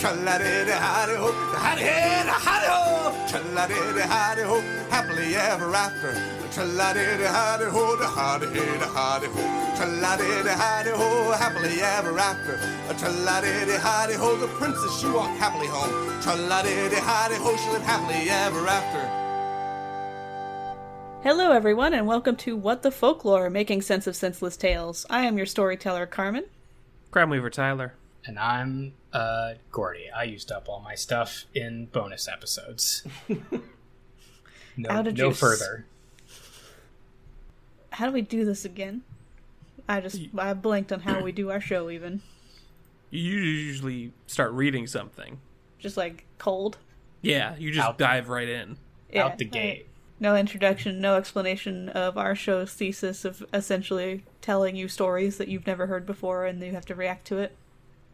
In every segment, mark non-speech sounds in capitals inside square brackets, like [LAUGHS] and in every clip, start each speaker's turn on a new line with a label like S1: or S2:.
S1: Tra-la-di-di-hi-di-ho, hi-di-hi-di-hi-di-ho. Tra-la-di-di-hi-di-ho, happily ever after. Tra-la-di-di-hi-di-ho, hi-di-hi-di-hi-di-ho. Tra-la-di-di-hi-di-ho, happily ever after. Tra-la-di-di-hi-di-ho, the princess she walked happily home. Tra-la-di-di-hi-di-ho, she lived happily ever after.
S2: Hello, everyone, and welcome to What the Folklore Making Sense of Senseless Tales. I am your storyteller, Carmen.
S3: Crime Weaver Tyler.
S4: and I'm uh, Gordy. I used up all my stuff in bonus [LAUGHS] episodes. no,
S2: How did
S4: Oh, no
S2: you s-
S4: further.
S2: How do we do this again? I just I blinked on how we do our show, even
S3: You usually start reading something.
S2: just like cold.
S3: Yeah, you just
S4: Out.
S3: dive right in.
S2: Yeah,
S4: Out the
S2: like,
S4: gate.
S2: no introduction, no explanation of our show's thesis of essentially telling you stories that you've never heard before, and you have to react to it.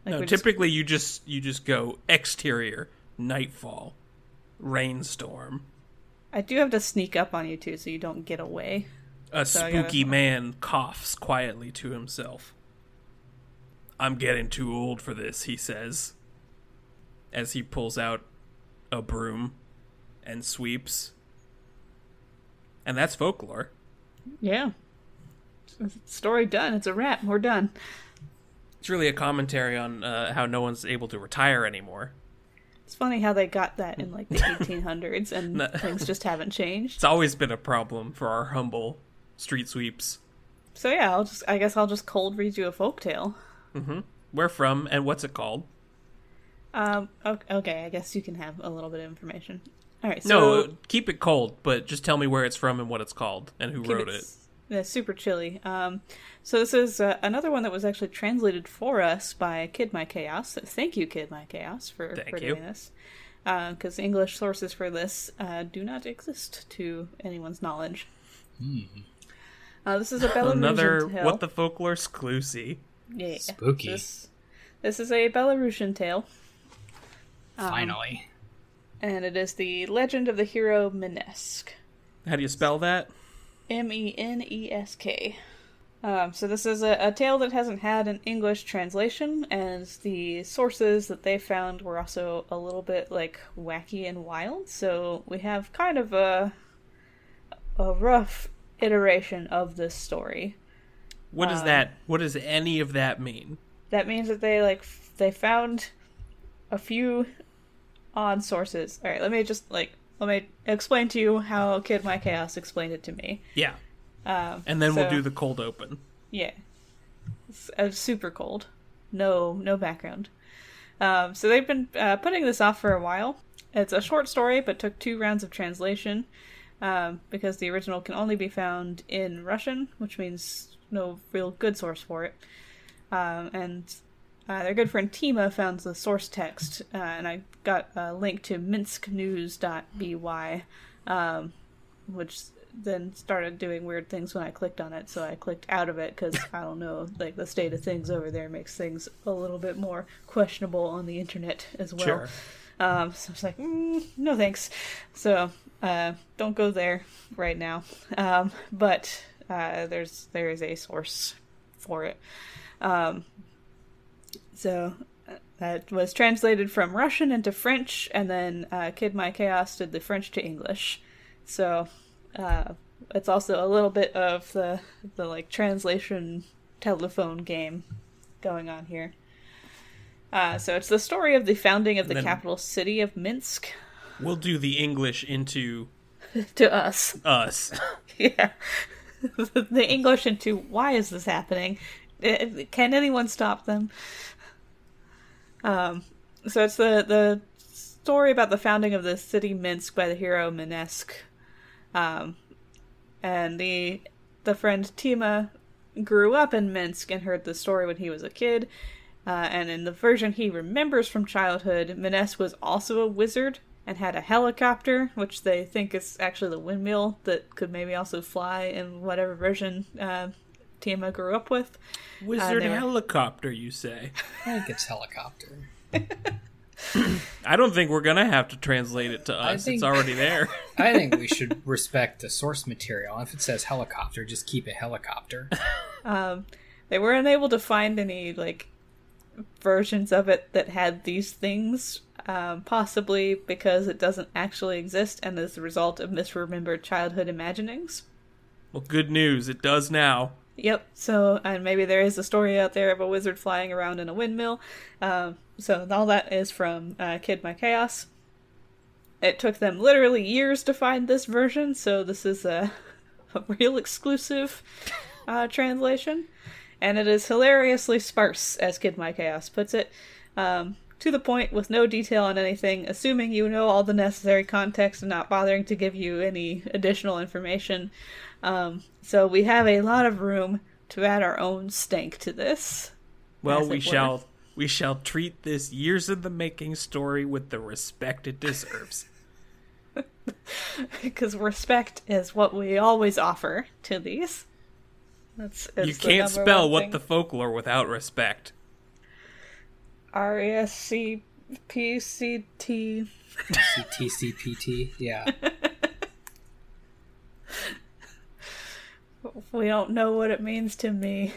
S2: Like
S3: No,
S2: we just-
S3: typically you just you just go exterior, nightfall, rainstorm,
S2: I do have to sneak up on you too, so you don't get
S3: a
S2: away. I gotta-
S3: spooky man coughs quietly to himself. I'm getting too old for this, he says, as he pulls out a broom and sweeps. And that's folklore.
S2: Yeah. Story done. It's a wrap. We're done.
S3: It's really a commentary on uh, how no one's able to retire anymore.
S2: It's funny how they got that in
S3: [LAUGHS]
S2: like the 1800s and things just haven't changed.
S3: It's always been a problem for our humble street sweeps.
S2: So yeah, I'll just I guess I'll just cold read you a folktale.
S3: Where from and what's it called?
S2: Um o- okay, I guess you can have a little bit of information. All right, so
S3: No, keep it cold, but just tell me where it's from and what it's called and who
S2: keep
S3: wrote it.
S2: s- yeah, super chilly. Um so this is uh, another one that was actually translated for us by Kid My Chaos. So Thank you Kid My Chaos for
S3: Thank
S2: for
S3: you.
S2: doing this. Because English sources for this uh, do not exist to anyone's knowledge. Uh, this is a Belarusian
S3: Another
S2: tale.
S3: what the folklore sclusy.
S2: Yeah.
S4: Spooky.
S2: This, this is a Belarusian tale,
S4: Finally.
S2: and it is the legend of the hero Minesk.
S3: How do you spell that?
S2: M E N E S K. Um, so this is a, a tale that hasn't had an English translation, and the sources that they found were also a little bit like wacky and wild. So we have kind of a a rough iteration of this story.
S3: What does
S2: Uh,
S3: that? What does any of that mean?
S2: that means that they like f- they found a few odd sources all right let me just like let me explain to you how kid my chaos explained it to me
S3: Yeah. and then we'll
S2: Uh, so-
S3: do the cold open.
S2: yeah it's, uh, super cold no no background um, so they've been uh, putting this off for a while it's a short story but took two rounds of translation um, because the original can only be found in russian which means no real good source for it um, and uh, their good friend Tima found the source text, uh, and I got a link to minsknews.by, um, which then started doing weird things when I clicked on it. So I clicked out of it because I don't know, like the state of things over there makes things a little bit more questionable on the internet as well.
S3: Sure.
S2: Um, so I was like, mm, no thanks. So uh, don't go there right now. Um, but uh, there's there is a source for it. Um, so uh, that was translated from Russian into French, and then uh, Kid My Chaos did the French to English. So uh, it's also a little bit of the the like translation telephone game going on here. Uh, so it's the story of the founding of the
S3: then-
S2: capital city of Minsk [LAUGHS]
S3: We'll do the English into
S2: to us. [LAUGHS]
S3: us.
S2: yeah. the English into why is this happening? Uh, Can anyone stop them? Um, so it's the the story about the founding of the city Minsk by the hero Minesk, um, and the the friend Tima grew up in Minsk and heard the story when he was a kid. Uh, and in the version he remembers from childhood, Minesk was also a wizard and had a helicopter, which they think is actually the windmill that could maybe also fly in whatever version uh, Tiamat grew up with.
S3: Wizard
S2: they Uh, were-
S3: helicopter, you say?
S4: I think it's helicopter.
S3: I don't think we're gonna have to translate it to us.
S4: think-
S3: It's already
S2: [LAUGHS]
S3: there.
S4: I think [LAUGHS] we should respect the source material. If it says helicopter, just keep it helicopter.
S2: They were unable to find any like versions of it that had these things, um, possibly because it doesn't actually exist and is the result of misremembered childhood imaginings.
S3: well, good news, it does now.
S2: Yep. So, and maybe there is a story out there of a wizard flying around in a windmill. Um, so, all that is from uh, Kid My Chaos. It took them literally years to find this version, so this is a, [LAUGHS] a real exclusive uh, translation. And it is hilariously sparse, as Kid My Chaos puts it, um, to the point with no detail on anything, assuming you know all the necessary context and not bothering to give you any additional information. Um, so we have a lot of room to add our own stank to this. [LAUGHS]
S3: Well,
S2: As
S3: we
S2: it were.
S3: shall we shall treat this years in the making story with the respect it deserves.
S2: because respect is what we always offer to these. [LAUGHS] That's
S3: you can't spell what the folklore without respect.
S2: R E S C P C T.
S4: TCPT. Yeah. [LAUGHS]
S2: We don't know what it means to me.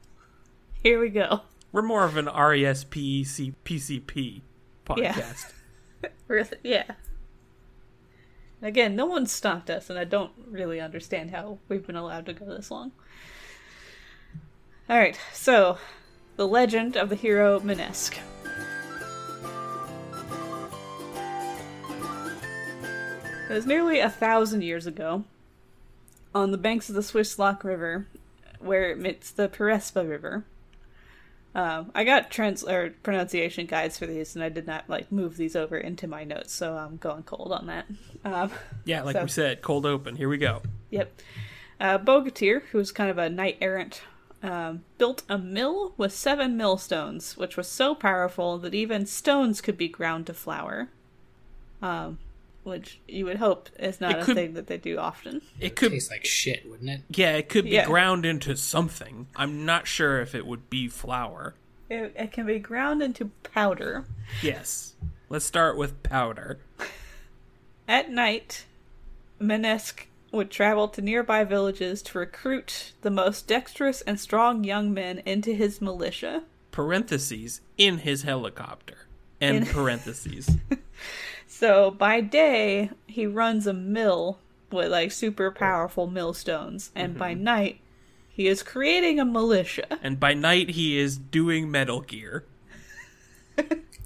S2: [LAUGHS] Here we go.
S3: We're more of an E RESPEC PCP
S2: Yeah. [LAUGHS]
S3: podcast.
S2: Reth- Yeah. Again, no one stopped us, and I don't really understand how we've been allowed to go this long. All right, so the legend of the hero Minesque. It was nearly a thousand years ago, on the banks of the Swiss Lock River, where it meets the Perespa River. Um, I got trans or pronunciation guides for these, and I did not like move these over into my notes, so I'm going cold on that. Um,
S3: Yeah, like
S2: So-
S3: we said, cold open. Here we go.
S2: Yep. Uh, Bogatir, who was kind of a knight errant, um, built a mill with seven millstones, which was so powerful that even stones could be ground to flour. Um, which you would hope is not
S3: It
S2: a
S3: could-
S2: thing that they do often.
S3: It could
S4: Tastes like shit, wouldn't it?
S3: yeah, it could be
S2: Yeah.
S3: ground into something. I'm not sure if it would be flour.
S2: It, it can be ground into powder.
S3: Yes. Let's start with powder.
S2: At night, Minesque would travel to nearby villages to recruit the most dexterous and strong young men into his militia.
S3: Parentheses in his helicopter. End
S2: [LAUGHS]
S3: parentheses.
S2: So by day, he runs a mill with like super powerful millstones, and by night, he is creating a militia. [LAUGHS]
S3: and by night he is doing Metal Gear.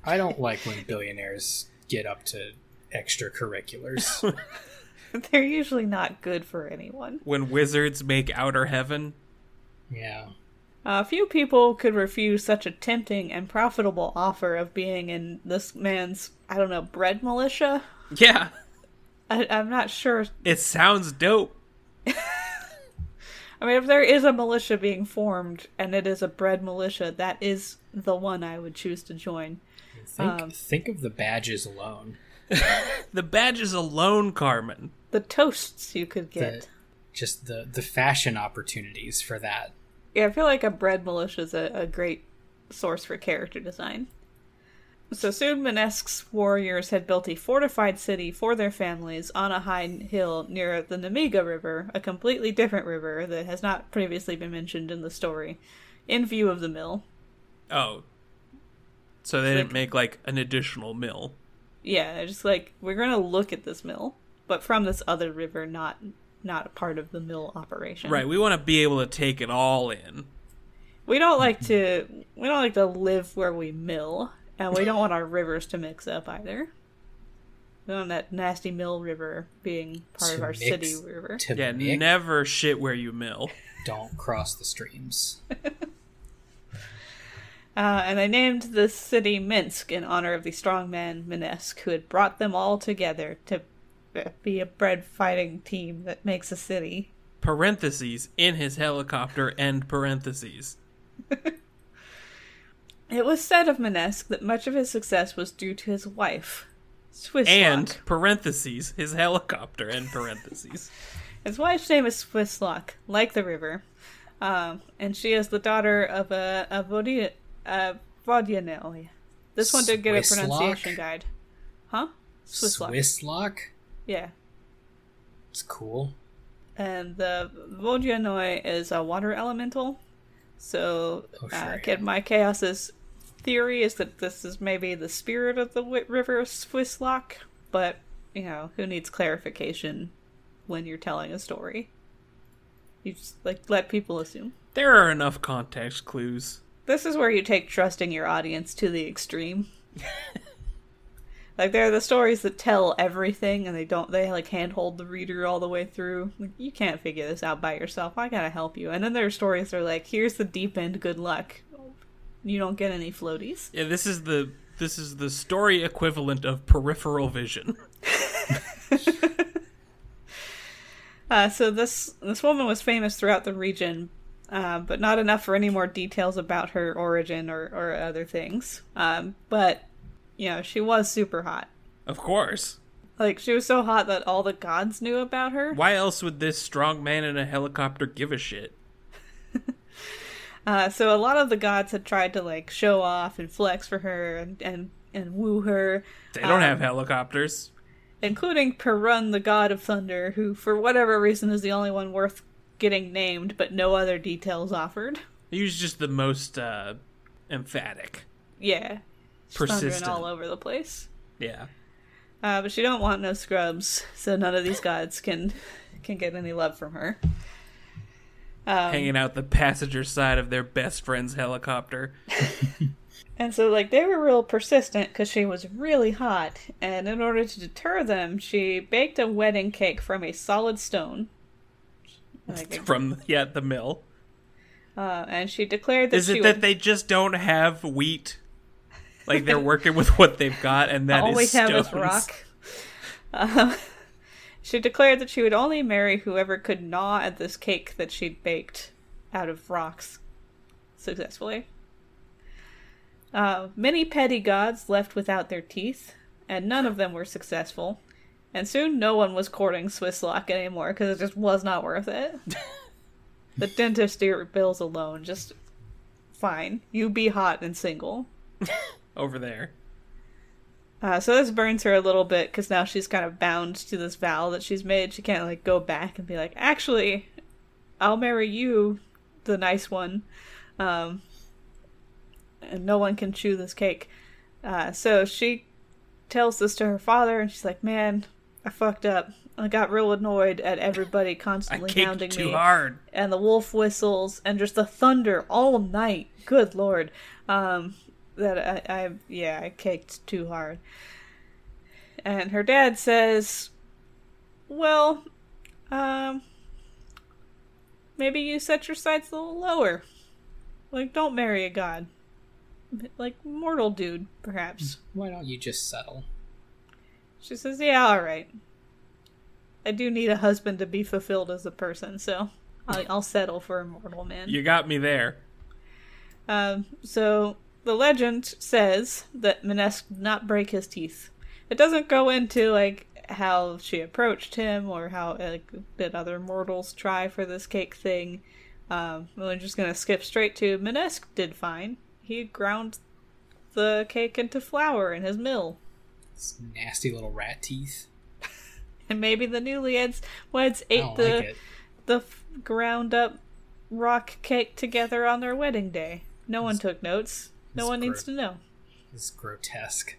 S4: I don't like when billionaires get up to [LAUGHS] extracurriculars.
S2: They're usually not good for anyone.
S3: When wizards make Outer Heaven,
S4: yeah.
S2: Uh, few people could refuse such a tempting and profitable offer of being in this man's, I don't know, bread militia.
S3: yeah,
S2: I, I'm not sure.
S3: it sounds dope.
S2: I mean, if there is a militia being formed and it is a bread militia, that is the one I would choose to join.
S4: Think, think of the badges alone.
S3: The badges alone, Carmen.
S2: The toasts you could get.
S4: The, just the, the fashion opportunities for that.
S2: Yeah, I feel like a bread militia is a, a great source for character design. So soon, Minesque's warriors had built a fortified city for their families on a high hill near the Namiga River, a completely different river that has not previously been mentioned in the story, in view of the mill.
S3: Oh, so they didn't make like an additional mill.
S2: Yeah, they're just like we're gonna look at this mill, but from this other river, not not a part of the mill operation.
S3: Right, we want to be able to take it all in.
S2: we don't like to we don't like to live where we mill and we don't want our rivers to mix up either we don't want that nasty mill river being part of
S4: To
S2: our
S4: mix-
S2: city river
S4: To
S3: Yeah,
S4: mix,
S3: never shit where you mill.
S4: don't cross the streams.
S2: uh, and they named the city minsk in honor of the strong man minesk who had brought them all together to be a bread fighting team that makes a city
S3: Parentheses in his helicopter. End parentheses.
S2: It was said of Minesque that much of his success was due to his wife, Swiss
S3: and
S2: Lock.
S3: parentheses his helicopter and parentheses.
S2: His wife's name is Swisslock, like the river, um, and she is the daughter of a a Vodi- a Vodianelli. This one did get a
S4: Swisslock?
S2: pronunciation guide, huh? Swisslock,
S4: Swiss lock.
S2: yeah.
S4: It's cool.
S2: And the Vodianoi is a water elemental. So,
S4: Oh,
S2: uh,
S4: sure,
S2: Kid My Chaos's theory is that this is maybe the spirit of the wi- river Swisslock, but, you know, who needs clarification when you're telling a story? You just, like, let people assume.
S3: There are enough context clues.
S2: This is where you take trusting your audience to the extreme. like there are the stories that tell everything and they don't they like handhold the reader all the way through. Like you can't figure this out by yourself. I gotta help you. And then there are stories that are like, here's the deep end, good luck. You don't get any floaties.
S3: Yeah, this is the this is the story equivalent of peripheral vision.
S2: Uh, so this this woman was famous throughout the region, uh, but not enough for any more details about her origin or, or other things. Um, but you know, she was super hot.
S3: [LAUGHS] Of course.
S2: Like she was so hot that all the gods knew about her.
S3: Why else would this strong man in a helicopter give a shit?
S2: Uh, so a lot of the gods had tried to like show off and flex for her and and, and woo her,
S3: They don't
S2: Um,
S3: have helicopters.
S2: including Perun, the god of thunder, who for whatever reason is the only one worth getting named, but no other details offered.
S3: He was just the most uh, emphatic.
S2: Yeah, Just
S3: Persistent.
S2: thundering all over the place.
S3: Yeah.
S2: Uh, but she don't want no scrubs, so none of these gods can can get any love from her. Um,
S3: Hanging out the passenger side of their best friend's helicopter.
S2: And so, like, they were real persistent because she was really hot. And in order to deter them, she baked a wedding cake from a solid stone. Like,
S3: from [LAUGHS] yeah the mill.
S2: uh, and she declared that
S3: Is
S2: she
S3: it
S2: would
S3: that they just don't have wheat? Like they're working with what they've got, and that is
S2: always have this
S3: stones.
S2: rock. Um, [LAUGHS] she declared that she would only marry whoever could gnaw at this cake that she'd baked out of rocks successfully. Uh, many petty gods left without their teeth, and none of them were successful. And soon no one was courting Swisslock anymore because it just was not
S3: [LAUGHS]
S2: worth it. the dentistry bills alone, just fine. You be hot and single.
S3: over there.
S2: Uh, so this burns her a little bit because now she's kind of bound to this vow that she's made. She can't like go back and be like, actually, I'll marry you, the nice one, um, and no one can chew this cake. Uh, so she tells this to her father, and she's like, man, I fucked up. I got real annoyed at everybody
S3: I
S2: constantly hounding
S3: caked too
S2: me
S3: hard.
S2: and the wolf whistles and just the thunder all night. Good lord, um, that I, I yeah I caked too hard. And her dad says, "Well, um, maybe you set your sights a little lower. Like, don't marry a god, like mortal dude, perhaps."
S4: Why don't you just settle?
S2: She says, "Yeah, all right. I do need a husband to be fulfilled as a person, so." I- I'll settle for a mortal man.
S3: You got me there.
S2: Um, so the legend says that Minesque did not break his teeth. It doesn't go into like how she approached him or how like did other mortals try for this cake thing. Um, we're just gonna skip straight to Minesque did fine. He ground the cake into flour in his mill,
S4: It's nasty little rat teeth.
S2: and maybe the newlyweds weds
S4: I
S2: ate
S4: don't
S2: the
S4: like it.
S2: the f- ground up rock cake together on their wedding day. No one took notes. No
S4: it's
S2: one needs
S4: gross.
S2: to know.
S4: It's grotesque.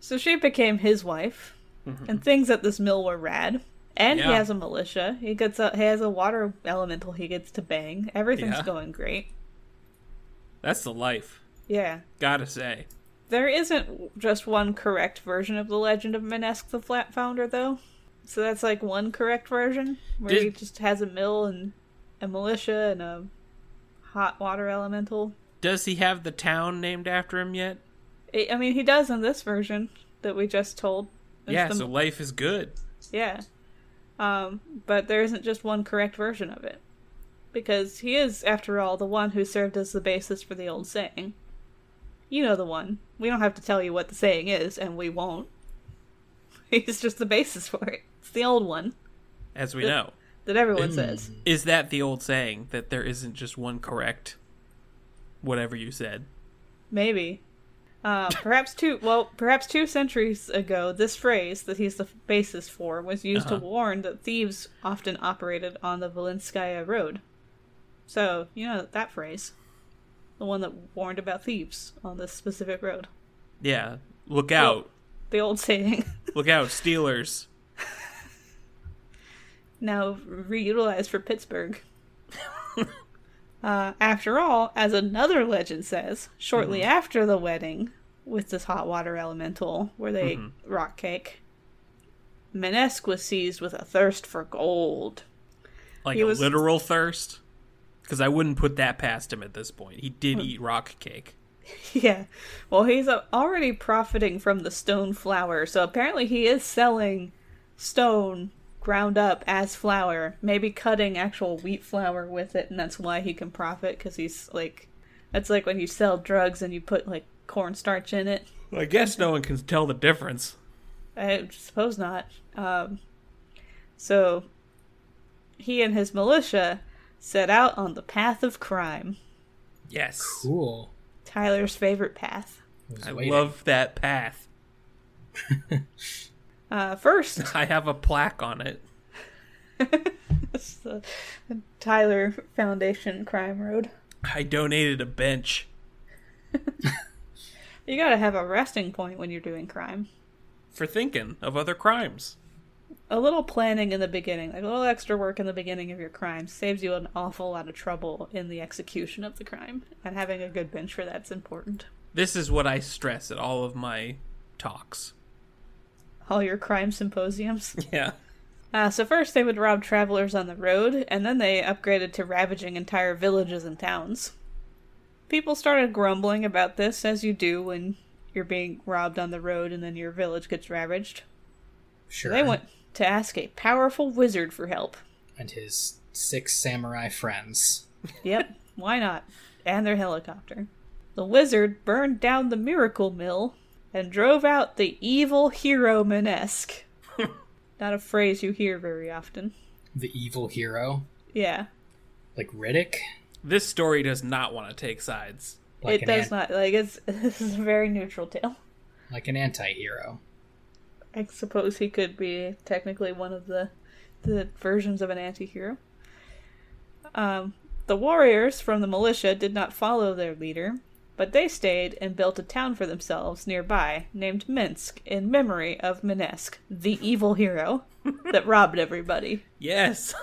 S2: So she became his wife, and things at this mill were rad. And he
S3: Mm-hmm. Yeah.
S2: has a militia. He gets a he has a water elemental. He gets to bang. Everything's
S3: Yeah.
S2: going great.
S3: That's the life.
S2: Yeah,
S3: Gotta say.
S2: there isn't just one correct version of the legend of Minesque the Flat Founder, though. So that's like one correct version where he
S3: Did-
S2: just has a mill and a militia and a hot water elemental.
S3: Does he have the town named after him yet?
S2: I I mean, he does in this version that we just told. It's
S3: yeah,
S2: the-
S3: so life is good.
S2: Yeah. Um, but there isn't just one correct version of it. Because he is, after all, the one who served as the basis for the old saying. You know the one. We don't have to tell you what the saying is, and we won't. [LAUGHS] It's just the basis for it. It's the old one
S3: as we know.
S2: that everyone says.
S3: Is that the old saying that there isn't just one correct whatever you said?
S2: Maybe. Uh, perhaps two. Well, perhaps two centuries ago, this phrase that he's the f- basis for was used to warn that thieves often operated on the Valinskaya Road. So you know that phrase, the one that warned about thieves on this specific road.
S3: Yeah. Look out.
S2: The old saying, [LAUGHS]
S3: Look out, [LAUGHS] Steelers.
S2: now reutilized for Pittsburgh. [LAUGHS] uh, after all, as another legend says, shortly after the wedding with this hot water elemental where they ate rock cake, Menesk was seized with a thirst for gold.
S3: Like
S2: He
S3: a
S2: was-
S3: literal thirst. Because I wouldn't put that past him at this point. He did eat rock cake.
S2: [LAUGHS] yeah. Well, he's uh, already profiting from the stone flour, so apparently he is selling stone ground up as flour, maybe cutting actual wheat flour with it, and that's why he can profit because he's like, that's like when you sell drugs and you put like cornstarch in it.
S3: I guess no one can tell the difference.
S2: I suppose not. Um, so he and his militia set out on the path of crime,
S3: Yes.
S4: Cool.
S2: Tyler's favorite path.
S4: was
S3: I
S4: waiting.
S3: love that path.
S2: Uh, first,
S3: I have a plaque on it.
S2: It's the Tyler Foundation Crime Road.
S3: I donated a bench.
S2: You gotta have a resting point when you're doing crime.
S3: for thinking of other crimes.
S2: A little planning in the beginning, like a little extra work in the beginning of your crime, saves you an awful lot of trouble in the execution of the crime. And having a good bench for that's important.
S3: This is what I stress at all of my talks.
S2: All your crime symposiums.
S3: Yeah.
S2: Uh, so first they would rob travelers on the road, and then they upgraded to ravaging entire villages and towns. People started grumbling about this, as you do when you're being robbed on the road and then your village gets ravaged.
S4: Sure.
S2: They went to ask a powerful wizard for help.
S4: and his six samurai friends.
S2: Yep, [LAUGHS] why not? And their helicopter. The wizard burned down the miracle mill and drove out the evil hero
S4: [LAUGHS]
S2: Manesque. not a phrase you hear very often.
S4: The evil hero,
S2: Yeah,
S4: like Riddick,
S3: This story does not want to take sides.
S4: like
S2: it does
S4: an,
S2: not. Like it's [LAUGHS] this is a very neutral tale.
S4: like an anti-hero.
S2: I suppose he could be technically one of the the versions of an anti-hero. Um, the warriors from the militia did not follow their leader, but they stayed and built a town for themselves nearby named Minsk in memory of Minesk, the evil hero that robbed everybody.
S3: Yes.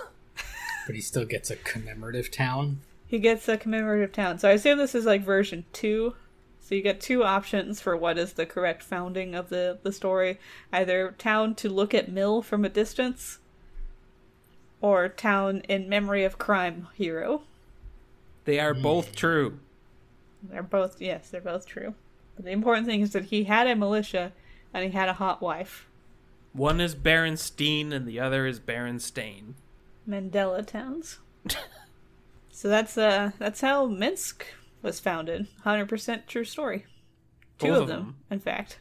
S4: But he still gets a commemorative town.
S2: He gets a commemorative town. So I assume this is like version two. So you get two options for what is the correct founding of the, the story. Either town to look at Mill from a distance, or town in memory of crime hero.
S3: They are both true.
S2: They're both yes, they're both true. But the important thing is that he had a militia and he had a hot wife.
S3: One is Berenstein and the other is Berenstain.
S2: Mandela [LAUGHS] towns. so that's uh that's how Minsk was founded. Hundred percent true story. Two
S3: Both
S2: of them, in fact.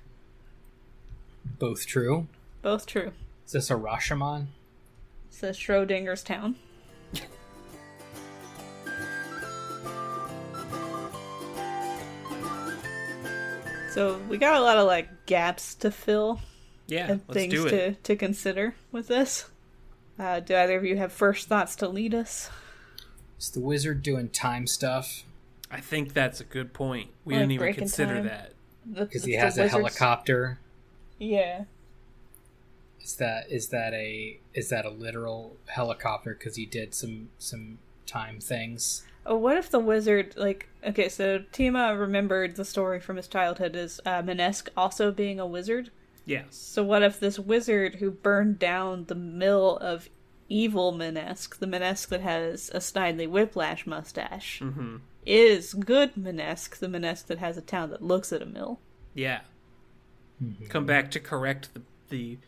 S4: Both true.
S2: Both true.
S4: Is this a Rashomon?
S2: It's the Schrodinger's town. so we got a lot of like gaps to fill
S3: Yeah,
S2: and
S3: let's
S2: things
S3: do it.
S2: to to consider with this. Uh, do either of you have first thoughts to lead us?
S4: Is the wizard doing time stuff
S3: I think that's a good point. We
S2: Like
S3: didn't even
S2: breaking
S3: consider
S2: time.
S3: that.
S4: because he has a helicopter?
S2: Yeah.
S4: Is that is that a is that a literal helicopter? Because he did some some time things.
S2: Oh, what if the wizard, like, okay, so Tima remembered the story from his childhood as uh, Minesk also being a wizard.
S3: Yes.
S2: So, what if this wizard who burned down the mill of evil Minesk, the Minesk that has a Snidely Whiplash mustache,
S3: Mm-hmm.
S2: is good Minesk, the Minesk that has a town that looks at a mill?
S3: Yeah. Come back to correct the the,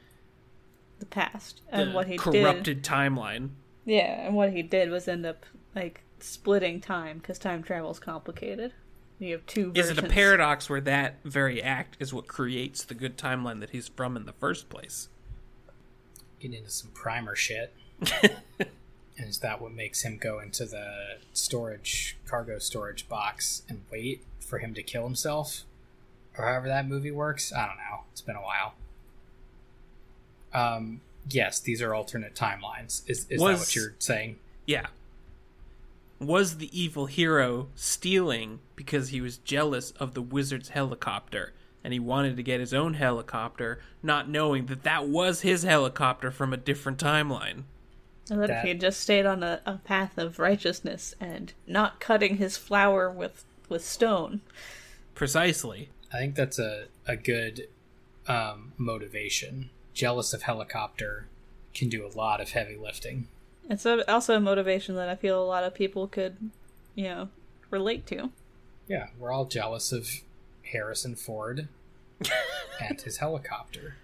S2: The past
S3: the
S2: and what he did.
S3: corrupted timeline.
S2: Yeah, and what he did was end up like splitting time because time travel's complicated. You have two.
S3: Is it a
S2: versions.
S3: paradox where that very act is what creates the good timeline that he's from in the first place?
S4: Getting into some primer shit. and is that what makes him go into the storage, cargo storage box and wait for him to kill himself? Or however that movie works? I don't know. It's been a while. Um, yes, these are alternate timelines. Is, is that
S3: Was-
S4: what you're saying?
S3: Yeah. Was the evil hero stealing because he was jealous of the wizard's helicopter and he wanted to get his own helicopter, not knowing that that was his helicopter from a different timeline?
S2: And that if
S4: That-
S2: he had just stayed on a, a path of righteousness and not cutting his flower with with stone,
S3: Precisely.
S4: I think that's a, a good um, motivation. Jealous of helicopter can do a lot of heavy lifting.
S2: it's a, also a motivation that I feel a lot of people could, you know, relate to.
S4: Yeah, we're all jealous of Harrison Ford and his helicopter.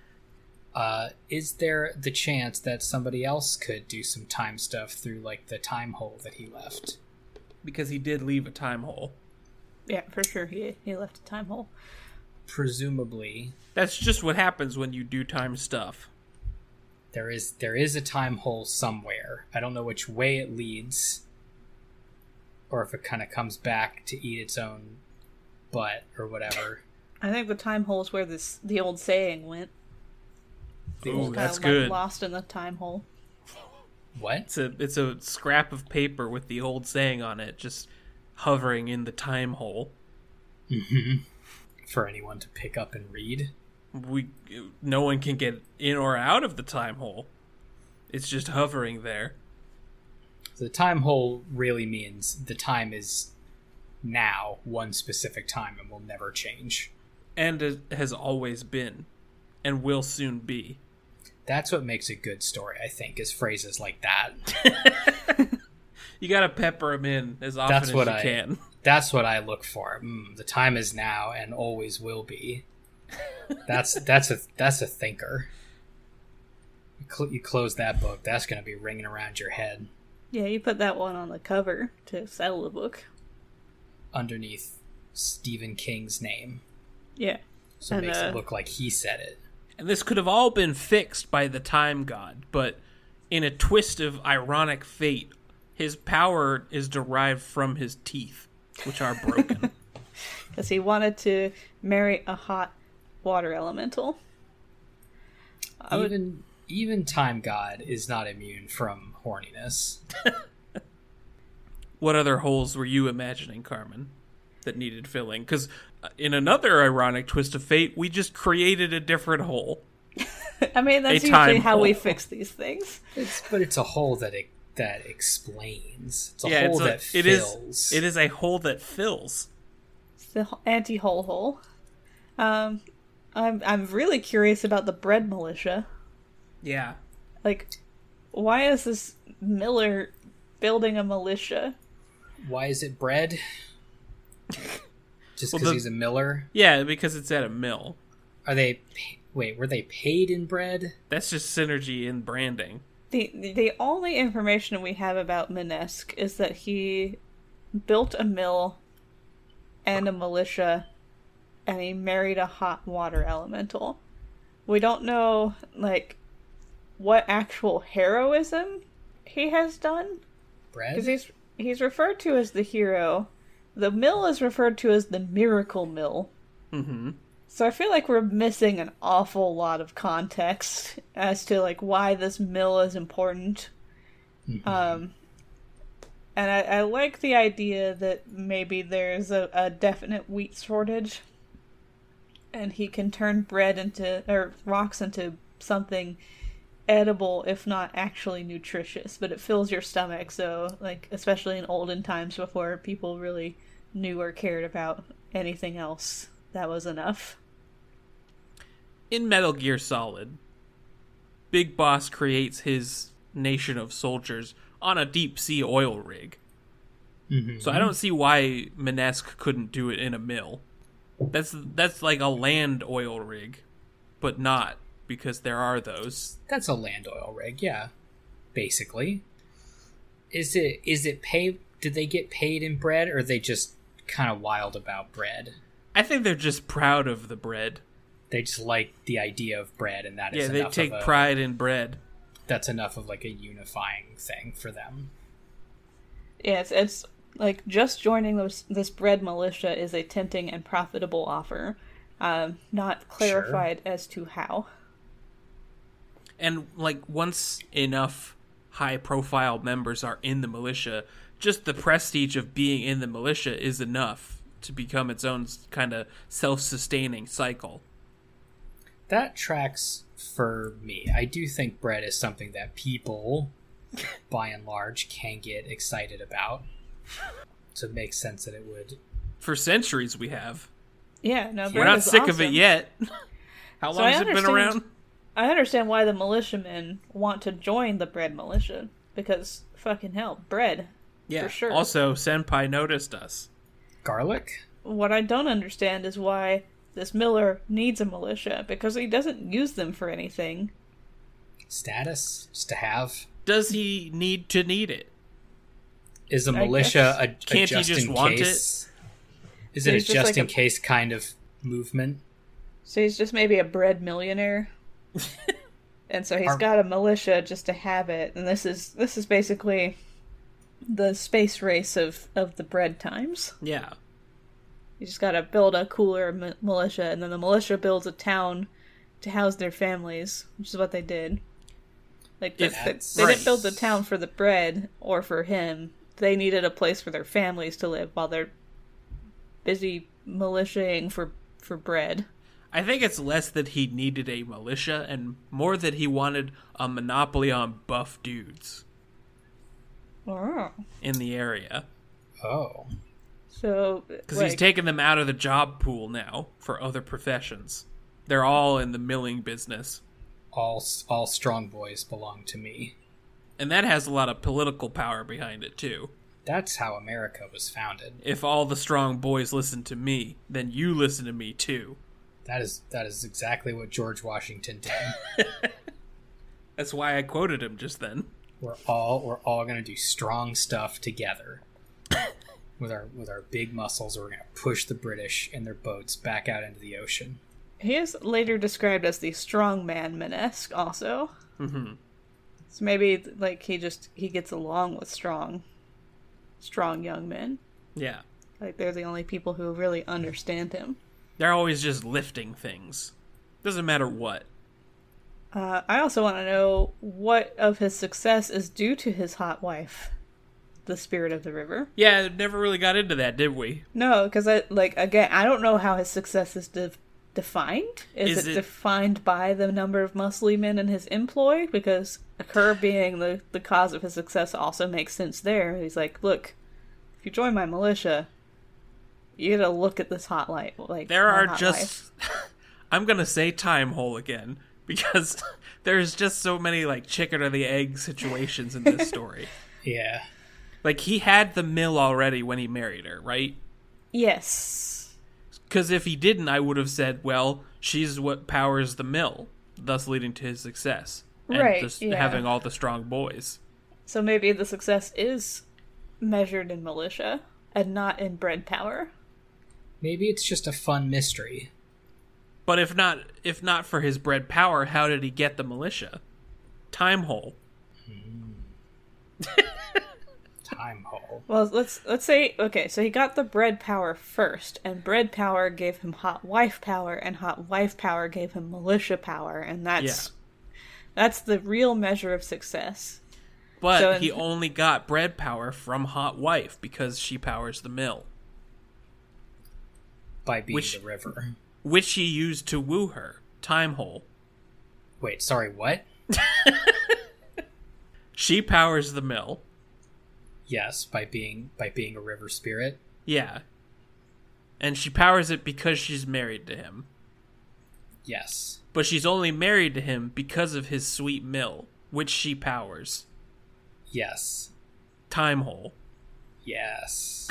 S4: Uh, is there the chance that somebody else could do some time stuff through like the time hole that he left?
S3: Because he did leave a time hole.
S2: Yeah, for sure. He he left a time hole.
S4: Presumably,
S3: That's just what happens when you do time stuff.
S4: there is there is a time hole somewhere. I don't know which way it leads, or if it kind of comes back to eat its own butt or whatever.
S2: I think the time hole is where this the old saying went.
S3: Ooh,
S2: Kinda
S3: that's
S2: lo-
S3: good.
S2: Lost in the time hole.
S4: What?
S3: It's a it's a scrap of paper with the old saying on it, just hovering in the time hole.
S4: Mm-hmm. For anyone to pick up and read?
S3: we no one can get in or out of the time hole. It's just hovering there.
S4: The time hole really means the time is now, one specific time, and will never change.
S3: And it has always been and will soon be.
S4: That's what makes a good story, I think, is phrases like that.
S3: You got to pepper them in as often
S4: That's
S3: as
S4: what
S3: you
S4: I-
S3: can.
S4: That's what I look for. Mm, the time is now and always will be.
S2: [LAUGHS]
S4: That's that's a that's a thinker. You, cl- you close that book, that's going to be ringing around your head.
S2: Yeah, you put that one on the cover to sell the book.
S4: underneath Stephen King's name,
S2: Yeah.
S4: so it
S2: And,
S4: makes
S2: uh,
S4: it look like he said it.
S3: And this could have all been fixed by the time god, but in a twist of ironic fate, his power is derived from his teeth, which are
S4: [LAUGHS]
S3: broken.
S2: Because he wanted to marry a hot water elemental. I would-
S4: Even even Time God is not immune from horniness.
S3: what other holes were you imagining, Carmen, that needed filling? Because in another ironic twist of fate, we just created a different hole.
S2: I mean, that's
S3: A time
S2: usually how we
S3: hole.
S2: fix these things.
S4: It's but it's a hole that it, that explains. It's a
S3: yeah,
S4: hole
S3: it's
S4: that
S3: a, it
S4: fills.
S3: is. It is a hole that fills.
S2: It's the anti hole hole. Um, I'm I'm really curious about the bread militia.
S3: Yeah,
S2: Like, why is this Miller building a militia?
S4: Why is
S3: [LAUGHS]
S4: it bread? Just
S3: Well,
S4: because
S3: the-
S4: he's a miller?
S3: yeah, because it's at a mill.
S4: Are they? pa- Wait, were they paid in bread?
S3: That's just synergy in branding.
S2: The the only information we have about Minesk is that he built a mill and a militia and he married a hot water elemental. We don't know like what actual heroism he has done because
S4: Bread?
S2: he's he's referred to as the hero. The mill is referred to as the miracle mill.
S3: Mm-hmm.
S2: So I feel like we're missing an awful lot of context as to like why this mill is important. Um, and I, I like the idea that maybe there's a, a definite wheat shortage, and he can turn bread into or rocks into something edible, if not actually nutritious. But it fills your stomach, so like especially in olden times before people really knew or cared about anything else, that was enough.
S3: In Metal Gear Solid, Big Boss creates his nation of soldiers on a deep sea oil rig.
S4: Mhm.
S3: So I don't see why Minesk couldn't do it in a mill. That's that's like a land oil rig, but not because there are those.
S4: That's a land oil rig, yeah. Basically, is it is it pay? Did they get paid in bread, or they just kind of wild about bread.
S3: I think they're just proud of the bread.
S4: They just like the idea of bread, and that is
S3: yeah, they
S4: enough of
S3: take
S4: a-
S3: pride in bread.
S4: That's enough of like a unifying thing for them.
S2: Yeah, it's, it's like just joining this this bread militia is a tempting and profitable offer. Um, not clarified as to how.
S3: And like once enough high profile members are in the militia, just the prestige of being in the militia is enough to become its own kind of self-sustaining cycle.
S4: That tracks for me. I do think bread is something that people, by and large, can get excited about. So it makes sense that it would.
S3: For centuries we have.
S2: Yeah, no,
S3: We're
S2: bread
S3: not
S2: is
S3: sick of it
S2: awesome.
S3: yet. [LAUGHS] How long
S2: I
S3: has it been
S2: understand-
S3: around?
S2: I understand why the militiamen want to join the bread militia because fucking hell, bread.
S3: Yeah.
S2: for sure.
S3: Also, Senpai noticed us.
S4: Garlic?
S2: What I don't understand is why this Miller needs a militia because he doesn't use them for anything.
S4: Status? Just to have?
S3: Does he need to need it?
S4: Is a
S2: I
S4: militia
S2: guess.
S4: a, a
S3: Can't you
S4: just
S3: just
S4: in
S3: want
S4: case? Is it a
S2: It's just
S4: just
S2: like
S4: in
S2: a-
S4: case kind of movement?
S2: So he's just maybe a bread millionaire. and so he's
S4: Are-
S2: got a militia just to have it. And this is this is basically the space race of of the bread times.
S3: Yeah.
S2: You just got to build a cooler mi- militia and then the militia builds a town to house their families, which is what they did. Like the,
S3: If-
S2: the-
S4: That's
S2: they
S3: right.
S2: didn't build the town for the bread or for him. They needed a place for their families to live while they're busy militiaing for for bread.
S3: I think it's less that he needed a militia and more that he wanted a monopoly on buff dudes
S2: Oh.
S3: in the area.
S4: Oh.
S2: So
S3: Because he's
S2: like-
S3: taken them out of the job pool now for other professions. They're all in the milling business.
S4: All, s- all strong boys belong to me.
S3: And that has a lot of political power behind it, too.
S4: That's how America was founded.
S3: If all the strong boys listen to me, then you listen to me, too.
S4: That is that is exactly what George Washington did. [LAUGHS]
S3: That's why I quoted him just then.
S4: we're all we're all gonna do strong stuff together. [COUGHS] with our with our big muscles, we're gonna push the British and their boats back out into the ocean.
S2: He is later described as the strongman Minesque also. Mm-hmm. So maybe like he just he gets along with strong strong young men.
S3: Yeah.
S2: Like they're the only people who really understand him.
S3: They're always just lifting things. Doesn't matter what.
S2: Uh, I also want to know what of his success is due to his hot wife, the spirit of the river.
S3: Yeah, never really got into that, did we?
S2: No, because I like again I don't know how his success is de- defined. Is,
S3: Is
S2: it,
S3: it-
S2: defined by the number of muscly men in his employ? Because her being the the cause of his success also makes sense there. He's like, look, if you join my militia, you gotta look at this hot light. Like
S3: There
S2: my
S3: are
S2: hot wife.
S3: just. [LAUGHS] I'm gonna say time hole again [LAUGHS] because there's just so many like chicken or the egg situations in this story.
S4: Yeah.
S3: like he had the mill already when he married her, right?
S2: yes,
S3: Because if he didn't, I would have said, well, she's what powers the mill, thus leading to his success and
S2: Right,
S3: just
S2: yeah.
S3: having all the strong boys.
S2: so maybe the success is measured in militia and not in bread power.
S4: Maybe it's just a fun mystery.
S3: But if not, if not for his bread power, how did he get the militia? Time hole.
S4: Time hole.
S2: Well, let's let's say okay. So he got the bread power first, and bread power gave him hot wife power, and hot wife power gave him militia power, and that's that's the real measure of success.
S3: But
S2: So
S3: he
S2: in-
S3: only got bread power from Hot Wife because she powers the mill,
S4: By being
S3: Which-
S4: the river.
S3: which he used to woo her. Time hole.
S4: Wait, sorry, what?
S3: She powers the mill.
S4: Yes, by being by being a river spirit.
S3: Yeah. And she powers it because she's married to him.
S4: Yes.
S3: But she's only married to him because of his sweet mill, which she powers.
S4: Yes.
S3: Time hole.
S4: [LAUGHS] Yes.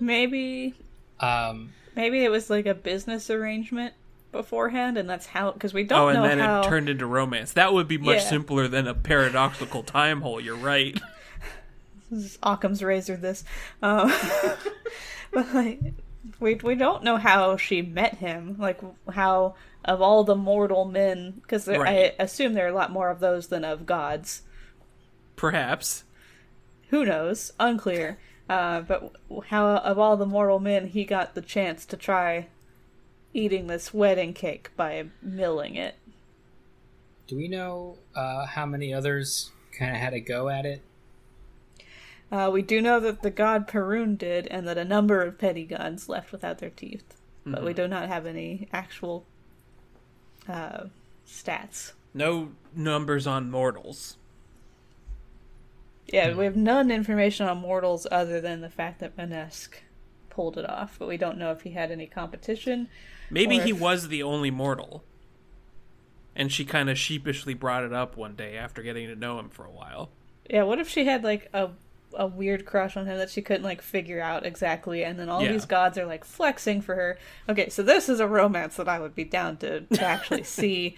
S2: Maybe
S4: um
S2: maybe it was like a business arrangement beforehand, and that's how because we don't
S3: Oh, and
S2: know
S3: then
S2: how.
S3: it turned into romance. That would be much
S2: Yeah.
S3: simpler than a paradoxical time hole, you're right.
S2: This is Occam's razor. This, um, [LAUGHS] but like we we don't know how she met him like how of all the mortal men because
S3: Right.
S2: i assume there are a lot more of those than of gods
S3: Perhaps.
S2: who knows unclear uh, but how of all the mortal men he got the chance to try eating this wedding cake by milling it
S4: Do we know uh, how many others kind of had a go at it?
S2: uh, we do know that the god perun did and that a number of petty gods left without their teeth but we do not have any actual uh, stats
S3: No numbers on mortals.
S2: Yeah, we have none information on mortals other than the fact that Manesk pulled it off, but we don't know if he had any competition.
S3: Maybe
S2: Or
S3: he
S2: if-
S3: was the only mortal. And she kind of sheepishly brought it up one day after getting to know him for a while.
S2: Yeah, what if she had like a a weird crush on him that she couldn't like figure out exactly and then all
S3: Yeah.
S2: these gods are like flexing for her. Okay, so this is a romance that I would be down to,
S3: [LAUGHS]
S2: to actually see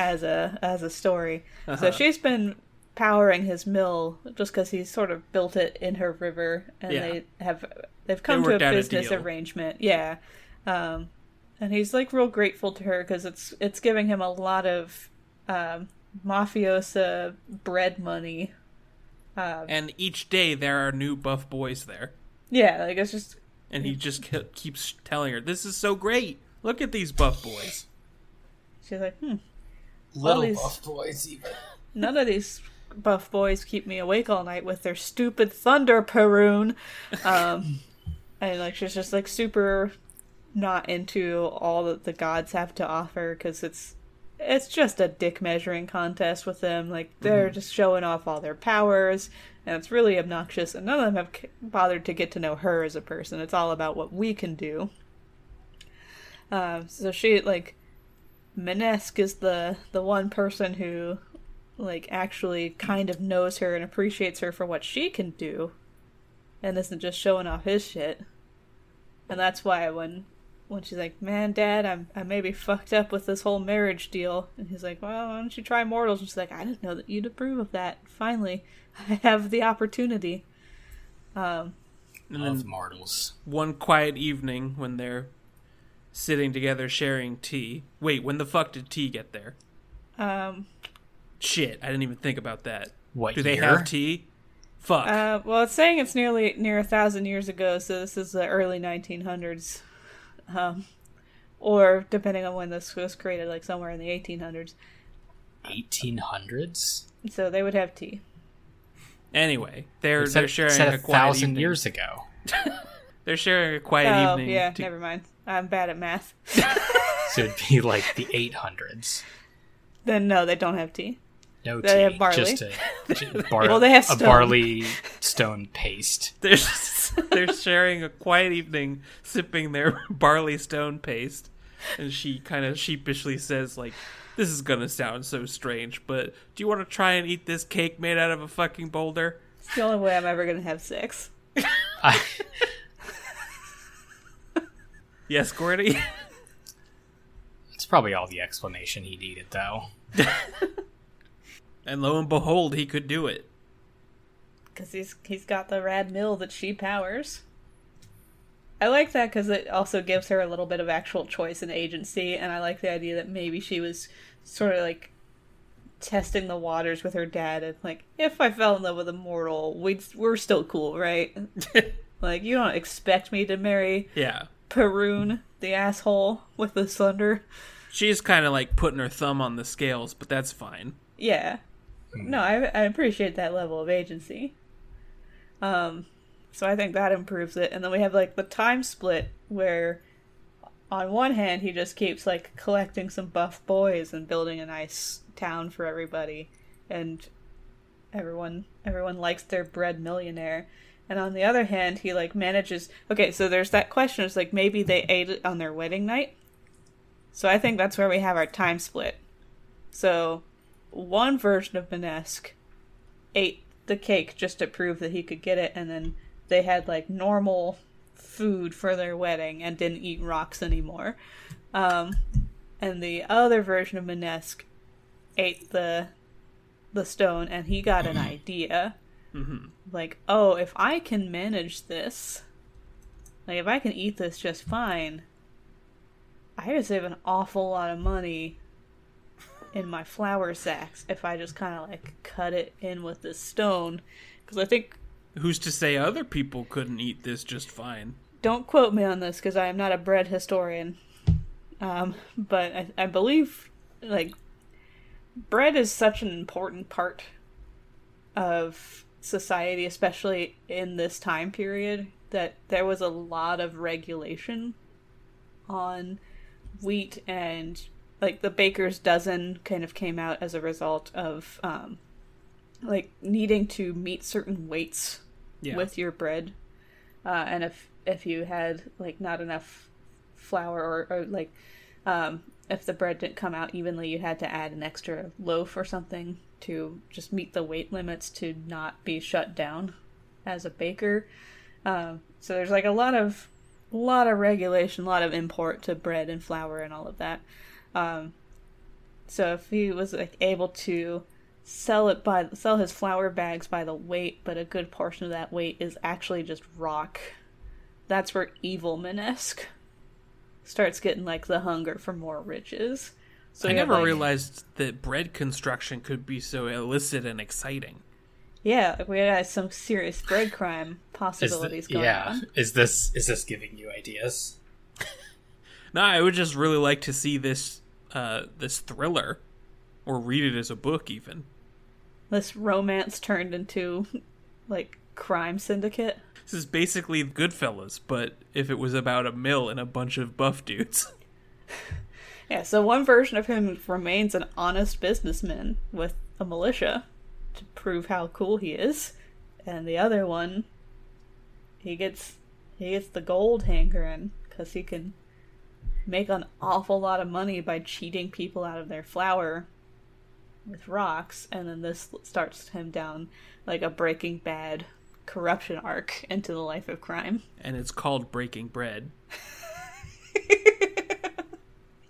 S2: as a as a story.
S3: Uh-huh.
S2: So she's been powering his mill just cuz he's sort of built it in her river and
S3: Yeah.
S2: they have they've come to a
S3: worked out a
S2: business
S3: deal.
S2: arrangement. Yeah. Um and he's like real grateful to her cuz it's it's giving him a lot of um mafiosa bread money
S3: And each day there are new buff boys there.
S2: Yeah, like it's just
S3: And he just ke- keeps telling her, This is so great. Look at these buff boys.
S2: she's like, hmm,
S4: Little
S2: these-
S4: buff boys, even.
S2: none of these buff boys keep me awake all night with their stupid thunder peroon. Um, and like she's just like super not into all that the gods have to offer because it's it's just a dick measuring contest with them. Like they're just showing off all their powers, and it's really obnoxious. And none of them have c- bothered to get to know her as a person. It's all about what we can do. Um, so she like Manesk is the the one person who like actually kind of knows her and appreciates her for what she can do and isn't just showing off his shit. And that's why when when she's like, Man, Dad, I'm I may be fucked up with this whole marriage deal and he's like, Well, why don't you try mortals? And she's like, I didn't know that you'd approve of that. Finally, I have the opportunity.
S3: And
S4: Of
S3: then
S4: mortals.
S3: one quiet evening when they're sitting together sharing tea. Wait, when the fuck did tea get there?
S2: Um
S3: Shit, I didn't even think about that.
S4: What
S3: Do they
S4: year?
S3: have tea? Fuck.
S2: uh, well it's saying it's nearly near a thousand years ago, so this is the early nineteen hundreds. Um or depending on when this was created, like somewhere in the eighteen hundreds.
S4: 1800s?
S2: So they would have tea.
S3: anyway, they're
S4: Said-
S3: they're sharing
S4: said
S3: a,
S4: a
S3: quiet
S4: thousand
S3: evening.
S4: years ago.
S3: They're sharing a quiet
S2: oh,
S3: evening.
S2: yeah,
S3: to-
S2: never mind. I'm bad at math. [LAUGHS]
S4: So it'd be like the 800s.
S2: then no, they don't have tea.
S4: No
S2: They
S4: tea,
S2: have barley.
S4: just a, ju- bar-
S2: Well, they have
S4: a
S2: stone.
S4: barley stone paste.
S3: They're [LAUGHS] they're sharing a quiet evening, sipping their [LAUGHS] barley stone paste, and she kind of sheepishly says, "Like this is gonna sound so strange, but do you want to try and eat this cake made out of a fucking boulder?"
S2: It's the only way I'm ever gonna have sex.
S4: I,
S3: Yes, Gordy. [LAUGHS]
S4: that's probably all the explanation he needed, though.
S3: and lo and behold, he could do it.
S2: Because he's he's got the rad mill that she powers. I like that because it also gives her a little bit of actual choice and agency, and I like the idea that maybe she was sort of like testing the waters with her dad and like if I fell in love with a mortal, we'd we're still cool,
S3: [LAUGHS]
S2: right? like you don't expect me to marry
S3: Yeah,
S2: Perun, the asshole with the thunder.
S3: she's kind of like putting her thumb on the scales, but that's fine.
S2: Yeah. No, I, I appreciate that level of agency. Um, so I think that improves it. And then we have like the time split where, on one hand, he just keeps like collecting some buff boys and building a nice town for everybody, and everyone everyone likes their bread millionaire. And on the other hand, he like manages. Okay, so there's that question. It's like maybe they ate it on their wedding night. So I think that's where we have our time split. So one version of Manesk ate the cake just to prove that he could get it, and then they had like normal food for their wedding and didn't eat rocks anymore. Um, and the other version of Manesk ate the the stone, and he got an idea, like, oh, if I can manage this, Like, if I can eat this just fine, I could save an awful lot of money in my flour sacks if I just kind of like cut it in with this stone. Because I think,
S3: Who's to say other people couldn't eat this just fine?
S2: don't quote me on this because I am not a bread historian. Um, but I, I believe, like, bread is such an important part of society, especially in this time period, that there was a lot of regulation on wheat and like the baker's dozen kind of came out as a result of um, like needing to meet certain weights
S3: Yeah.
S2: with your bread uh, and if if you had like not enough flour or, or like um, if the bread didn't come out evenly you had to add an extra loaf or something to just meet the weight limits to not be shut down as a baker um, so there's like a lot of a lot of regulation a lot of import to bread and flour and all of that um, so if he was like able to sell it by sell his flour bags by the weight, but a good portion of that weight is actually just rock. That's where evil Minesque starts getting like the hunger for more riches. So
S3: I
S2: we have,
S3: never
S2: like-
S3: realized that bread construction could be so illicit and exciting.
S2: Yeah, like, we had some serious bread crime
S4: [LAUGHS] Is the-
S2: possibilities going
S4: yeah.
S2: on.
S4: Is this is this giving you ideas?
S3: No, I would just really like to see this uh, this thriller, or read it as a book, even.
S2: This romance turned into like crime syndicate.
S3: This is basically Goodfellas, but if it was about a mill and a bunch of buff dudes. [LAUGHS]
S2: Yeah, so one version of him remains an honest businessman with a militia to prove how cool he is, and the other one, he gets he gets the gold hankering because he can make an awful lot of money by cheating people out of their flour with rocks, and then this starts him down like a Breaking Bad corruption arc into the life of crime. [LAUGHS]
S3: and it's called Breaking Bread.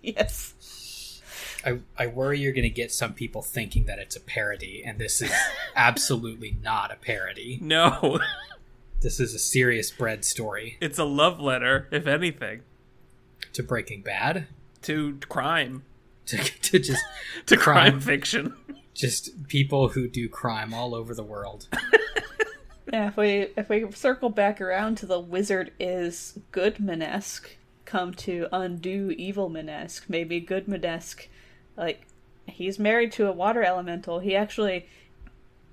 S2: Yes.
S4: I, I worry you're going to get some people thinking that it's a parody, and
S2: [LAUGHS]
S4: this is absolutely not a parody.
S3: No, [LAUGHS]
S4: This is a serious bread story
S3: it's a love letter, if anything,
S4: to Breaking Bad, [LAUGHS]
S3: to crime,
S4: to, to just
S3: to crime,
S4: Crime.
S3: fiction.
S4: just people who do crime all over the world.
S2: Yeah, if we if we circle back around to the wizard is Goodmanesque, come to undo evil Manesque, maybe Goodmanesque, like he's married to a water elemental. He actually,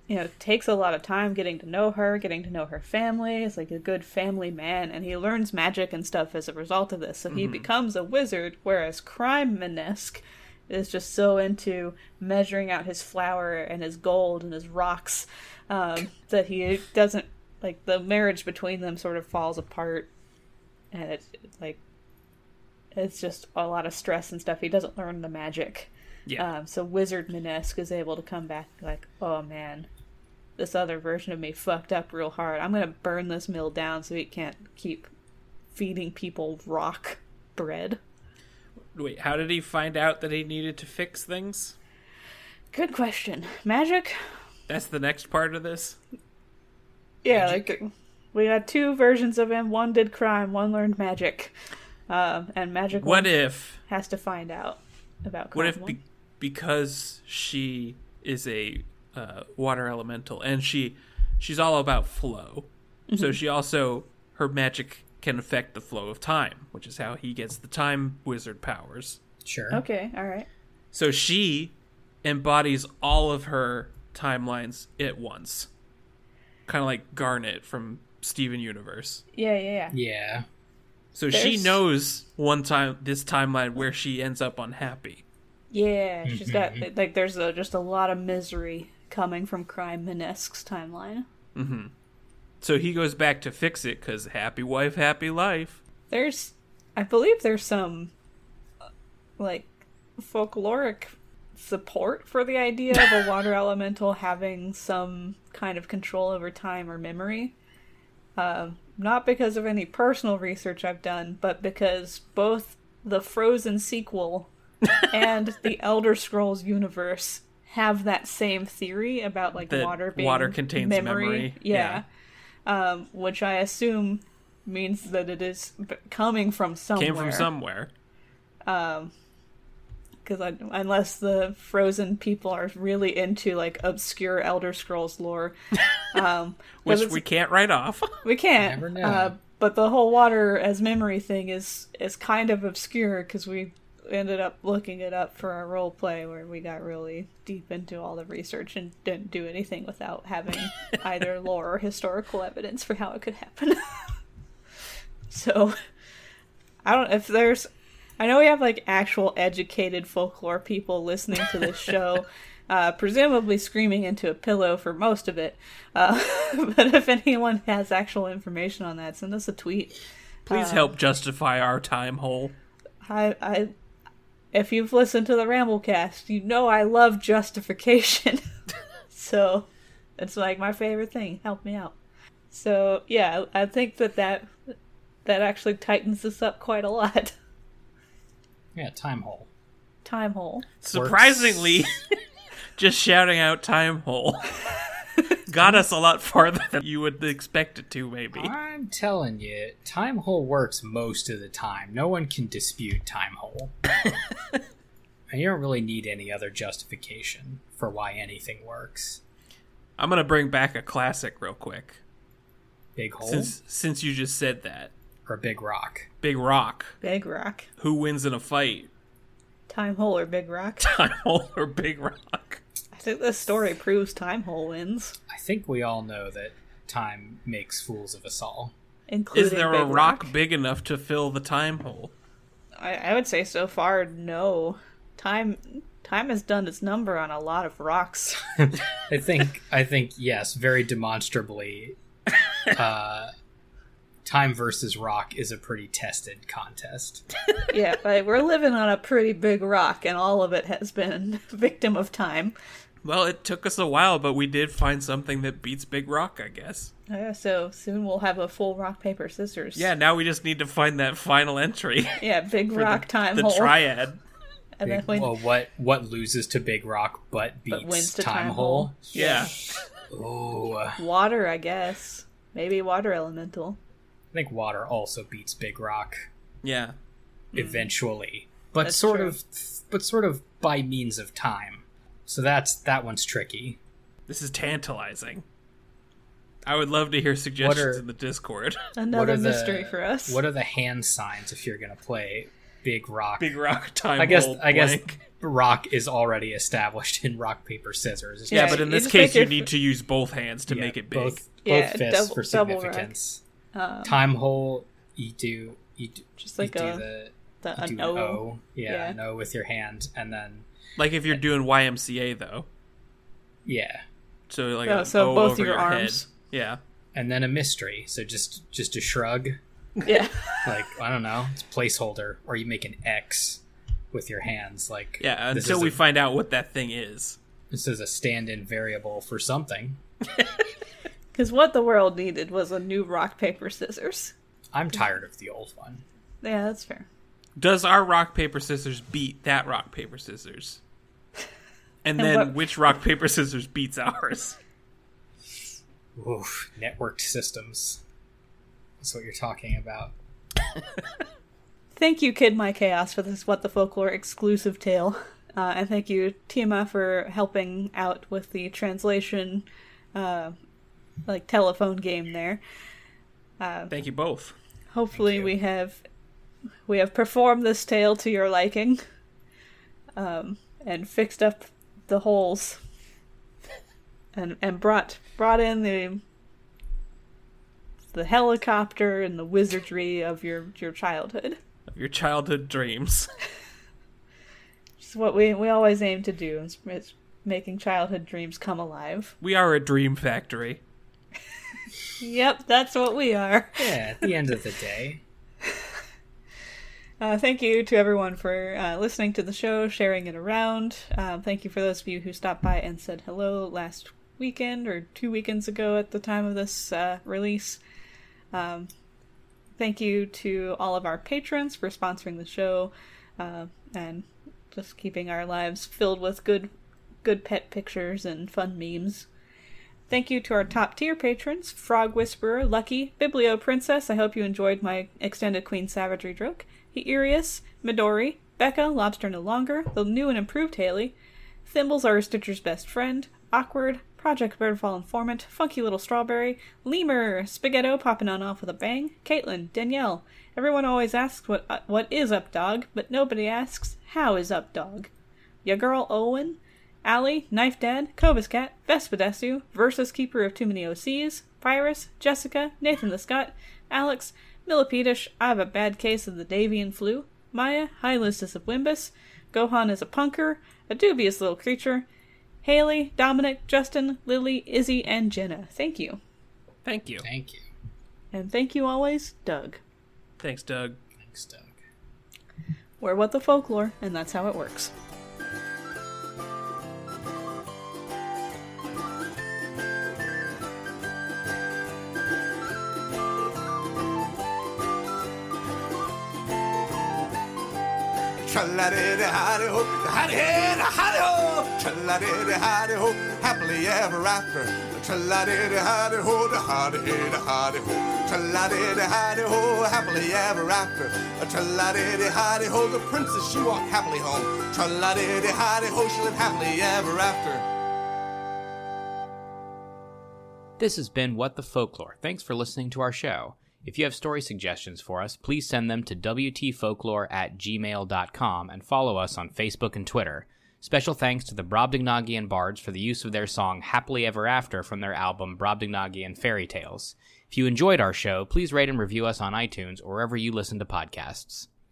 S2: you know, takes a lot of time getting to know her, getting to know her family. It's like a good family man, and he learns magic and stuff as a result of this. So he becomes a wizard, whereas Crime Manesque is just so into measuring out his flour and his gold and his rocks um, that he doesn't like the marriage between them sort of falls apart and it's like it's just a lot of stress and stuff he doesn't learn the magic
S3: [LAUGHS] Yeah,
S2: um, so Wizard Minesque is able to come back and be like, oh man, this other version of me fucked up real hard. I'm gonna burn this mill down so it can't keep feeding people rock bread.
S3: wait, how did he find out that he needed to fix things?
S2: Good question. Magic?
S3: That's the next part of this.
S2: Yeah, like we had two versions of him. One did crime, one learned magic, um, and magic
S3: What
S2: one
S3: if?
S2: has to find out about crime.
S3: What if
S2: one.
S3: be- because she is a uh, water elemental and she she's all about flow,
S2: Mm-hmm.
S3: so she also her magic can affect the flow of time, which is how he gets the time wizard powers.
S4: Sure.
S2: Okay, all right.
S3: So she embodies all of her timelines at once. Kind of like Garnet from Steven Universe.
S2: Yeah, yeah, yeah.
S4: Yeah.
S3: So she
S2: There's-
S3: knows one time this timeline where she ends up unhappy.
S2: Yeah, she's got
S3: Mm-hmm.
S2: like there's a, just a lot of misery coming from crime Minesque's timeline.
S3: So he goes back to fix it cuz happy wife happy life.
S2: There's, I believe there's some, uh, like, folkloric support for the idea of a water elemental having some kind of control over time or memory. Um, not because of any personal research I've done, but because both the Frozen sequel and the Elder Scrolls universe have that same theory about like
S3: That
S2: water being
S3: water contains memory.
S2: Yeah. Um, which I assume means that it is b- coming from somewhere.
S3: Came from somewhere.
S2: because unless the frozen people are really into like obscure Elder
S3: [LAUGHS]
S2: Scrolls lore, um, 'cause
S3: Which
S2: it's-
S3: we can't write off. [LAUGHS]
S2: we can't.
S4: Never know.
S2: Uh, but the whole water as memory thing is is kind of obscure because we ended up looking it up for our role play where we got really deep into all the research and didn't do anything without
S4: [LAUGHS]
S2: having either lore or historical evidence for how it could happen. [LAUGHS] so I don't if there's I know we have like actual educated folklore people listening to this show, uh, presumably screaming into a pillow for most of it. Uh, [LAUGHS] but if anyone has actual information on that, send us a tweet.
S3: Please help justify our time hole.
S2: I, I, if you've listened to the Ramblecast, you know I love justification. [LAUGHS] so it's like my favorite thing. Help me out. So yeah, I I think that that that actually tightens this up quite a lot. [LAUGHS]
S4: Yeah, time hole.
S2: Time hole.
S3: Surprisingly, [LAUGHS] just shouting out time hole [LAUGHS] got us a lot farther than you would expect it to, maybe.
S4: I'm telling you, time hole works most of the time. No one can dispute time
S2: [LAUGHS]
S4: hole. and you don't really need any other justification for why anything works.
S3: I'm going to bring back a classic real quick.
S4: Big hole
S3: Since, since you just said that,
S4: or big rock?
S3: Big Rock,
S2: Big Rock.
S3: who wins in a fight? [LAUGHS]
S2: Time Hole or Big Rock.
S3: Time hole or Big Rock?
S2: I think this story proves Time Hole wins,
S4: I think we all know that time makes fools of us all.
S2: including
S3: Is there
S2: Big
S3: a rock, big enough to fill the time hole?
S2: I, I would say so far no. Time time has done its number on a lot of
S3: [LAUGHS]
S2: rocks.
S4: I think I think yes,
S2: [LAUGHS]
S4: very demonstrably. Uh, time versus rock is a pretty tested contest.
S2: yeah, like we're living on a pretty big rock, and all of it has been [LAUGHS] victim of time.
S3: Well, it took us a while, but we did find something that beats Big Rock, I guess.
S2: Uh, so soon we'll have a full rock paper scissors.
S3: Yeah, now we just need to find that final entry. [LAUGHS]
S2: yeah, big
S3: for
S2: rock
S3: the,
S2: time
S3: the
S2: hole,
S3: triad.
S2: and then
S4: Big-
S2: when,
S4: well, what what loses to Big Rock but beats
S2: wins to
S4: time,
S2: Time
S4: Hole?
S3: Yeah.
S4: Oh, I
S2: water, I guess maybe water elemental.
S4: think Water also beats Big Rock
S3: Yeah.
S4: eventually, but
S2: Mm. That's
S4: sort
S2: true.
S4: of but sort of by means of time. So that's that one's tricky.
S3: This is tantalizing. I would love to hear suggestions
S4: What are-
S3: in the Discord. [LAUGHS]
S4: What
S2: Another
S4: are the-
S2: mystery for us.
S4: What are the hand signs if you're gonna play Big Rock?
S3: Big Rock time.
S4: I guess
S3: hole
S4: I guess
S3: blank.
S4: rock is already established in rock paper scissors. It's
S3: Yeah,
S2: Yeah,
S3: but in
S2: you
S3: this
S2: just make
S3: case, you
S2: your-
S3: need to use both hands to
S4: yeah,
S3: make it big.
S4: both both
S2: Yeah,
S4: fists
S2: double-
S4: for
S2: double rock.
S4: significance.
S2: Um,
S4: Time hole, you do you do
S2: Just like
S4: you do
S2: a-
S4: the,
S2: the,
S4: you
S2: an
S4: do
S2: O.
S4: an O, yeah,
S2: Yeah.
S4: an O with your hand, and then
S3: Like if you're doing YMCA though,
S4: yeah,
S3: so like
S2: Oh,
S3: an
S2: so
S3: O
S2: both
S3: over
S2: your
S3: head.
S2: arms.
S3: Yeah,
S4: and then a mystery. So just just a shrug, [LAUGHS]
S2: Yeah.
S4: like I don't know, it's placeholder, or you make an X with your hands, like
S3: yeah.
S4: this
S3: Until
S4: is
S3: we
S4: a-
S3: find out what that thing is.
S4: this is a stand-in variable for something.
S2: Because what the world needed was a new rock, paper, scissors.
S4: I'm tired of the old one.
S2: Yeah, that's fair.
S3: Does our rock paper scissors beat that rock paper [LAUGHS] scissors? And then
S2: what-
S3: which rock paper scissors beats ours?
S4: Oof, networked systems. That's what you're talking about.
S2: Thank you, Kid My Chaos, for this What the Folklore exclusive tale. Uh, and thank you, Tima, for helping out with the translation, uh, like, telephone game there.
S3: Thank you both.
S2: Hopefully we have we have performed this tale to your liking um, and fixed up the holes [LAUGHS] and and brought brought in the the helicopter and the wizardry of your your childhood.
S3: Of your childhood dreams. [LAUGHS]
S2: It's what we we always aim to do is, is making childhood dreams come alive.
S3: We are a dream factory.
S2: Yep, that's what we are. [LAUGHS]
S4: Yeah, at the end of the day.
S2: Uh, thank you to everyone for uh, listening to the show, sharing it around. Um, thank you for those of you who stopped by and said hello last weekend or two weekends ago at the time of this uh, release. Um, thank you to all of our patrons for sponsoring the show uh, and just keeping our lives filled with good, good pet pictures and fun memes. Thank you to our top tier patrons Frog Whisperer, Lucky, Biblio Princess. I hope you enjoyed my extended Queen Savagery joke. Heirius, Midori, Becca, Lobster No Longer, the new and improved Haley, Thimbles are Stitcher's best friend, Awkward, Project Birdfall Informant, Funky Little Strawberry, Lemur, Spaghetto popping on off with a bang, Caitlin, Danielle. Everyone always asks what uh, what is up, dog, but nobody asks how is up, dog. Ya girl Owen, Allie, Knife Dad, Cobus Cat, Vespadesu, Versus Keeper of Too Many OCs, Pyrus, Jessica, Nathan the Scott, Alex, Millipedish, I've a bad case of the Davian flu, Maya, High Lucis of Wimbus, Gohan is a punker, a dubious little creature, Haley, Dominic, Justin, Lily, Izzy, and Jenna. Thank you.
S3: Thank you.
S4: Thank you.
S2: And thank you always, Doug.
S3: Thanks, Doug.
S4: Thanks, Doug.
S2: We're what the folklore, and that's how it works.
S1: Tra-la-di-di-hi-di-ho, hi-di-hi-di-hi-di-ho. Tra-la-di-di-hi-di-ho, happily ever after. Tra-la-di-di-hi-di-ho, da-hi-di-hi-di-ho. Tra-la-di-di-hi-di-ho, happily ever after. Tra-la-di-di-hi-di-ho, the princess she walked happily home. Tra-la-di-di-hi-di-ho, she lived happily ever after.
S5: This has been What the Folklore. Thanks for listening to our show. If you have story suggestions for us, please send them to WTFolklore at gmail.com and follow us on Facebook and Twitter. Special thanks to the Brobdingnagian bards for the use of their song Happily Ever After from their album Brobdingnagian Fairy Tales. If you enjoyed our show, please rate and review us on iTunes or wherever you listen to podcasts.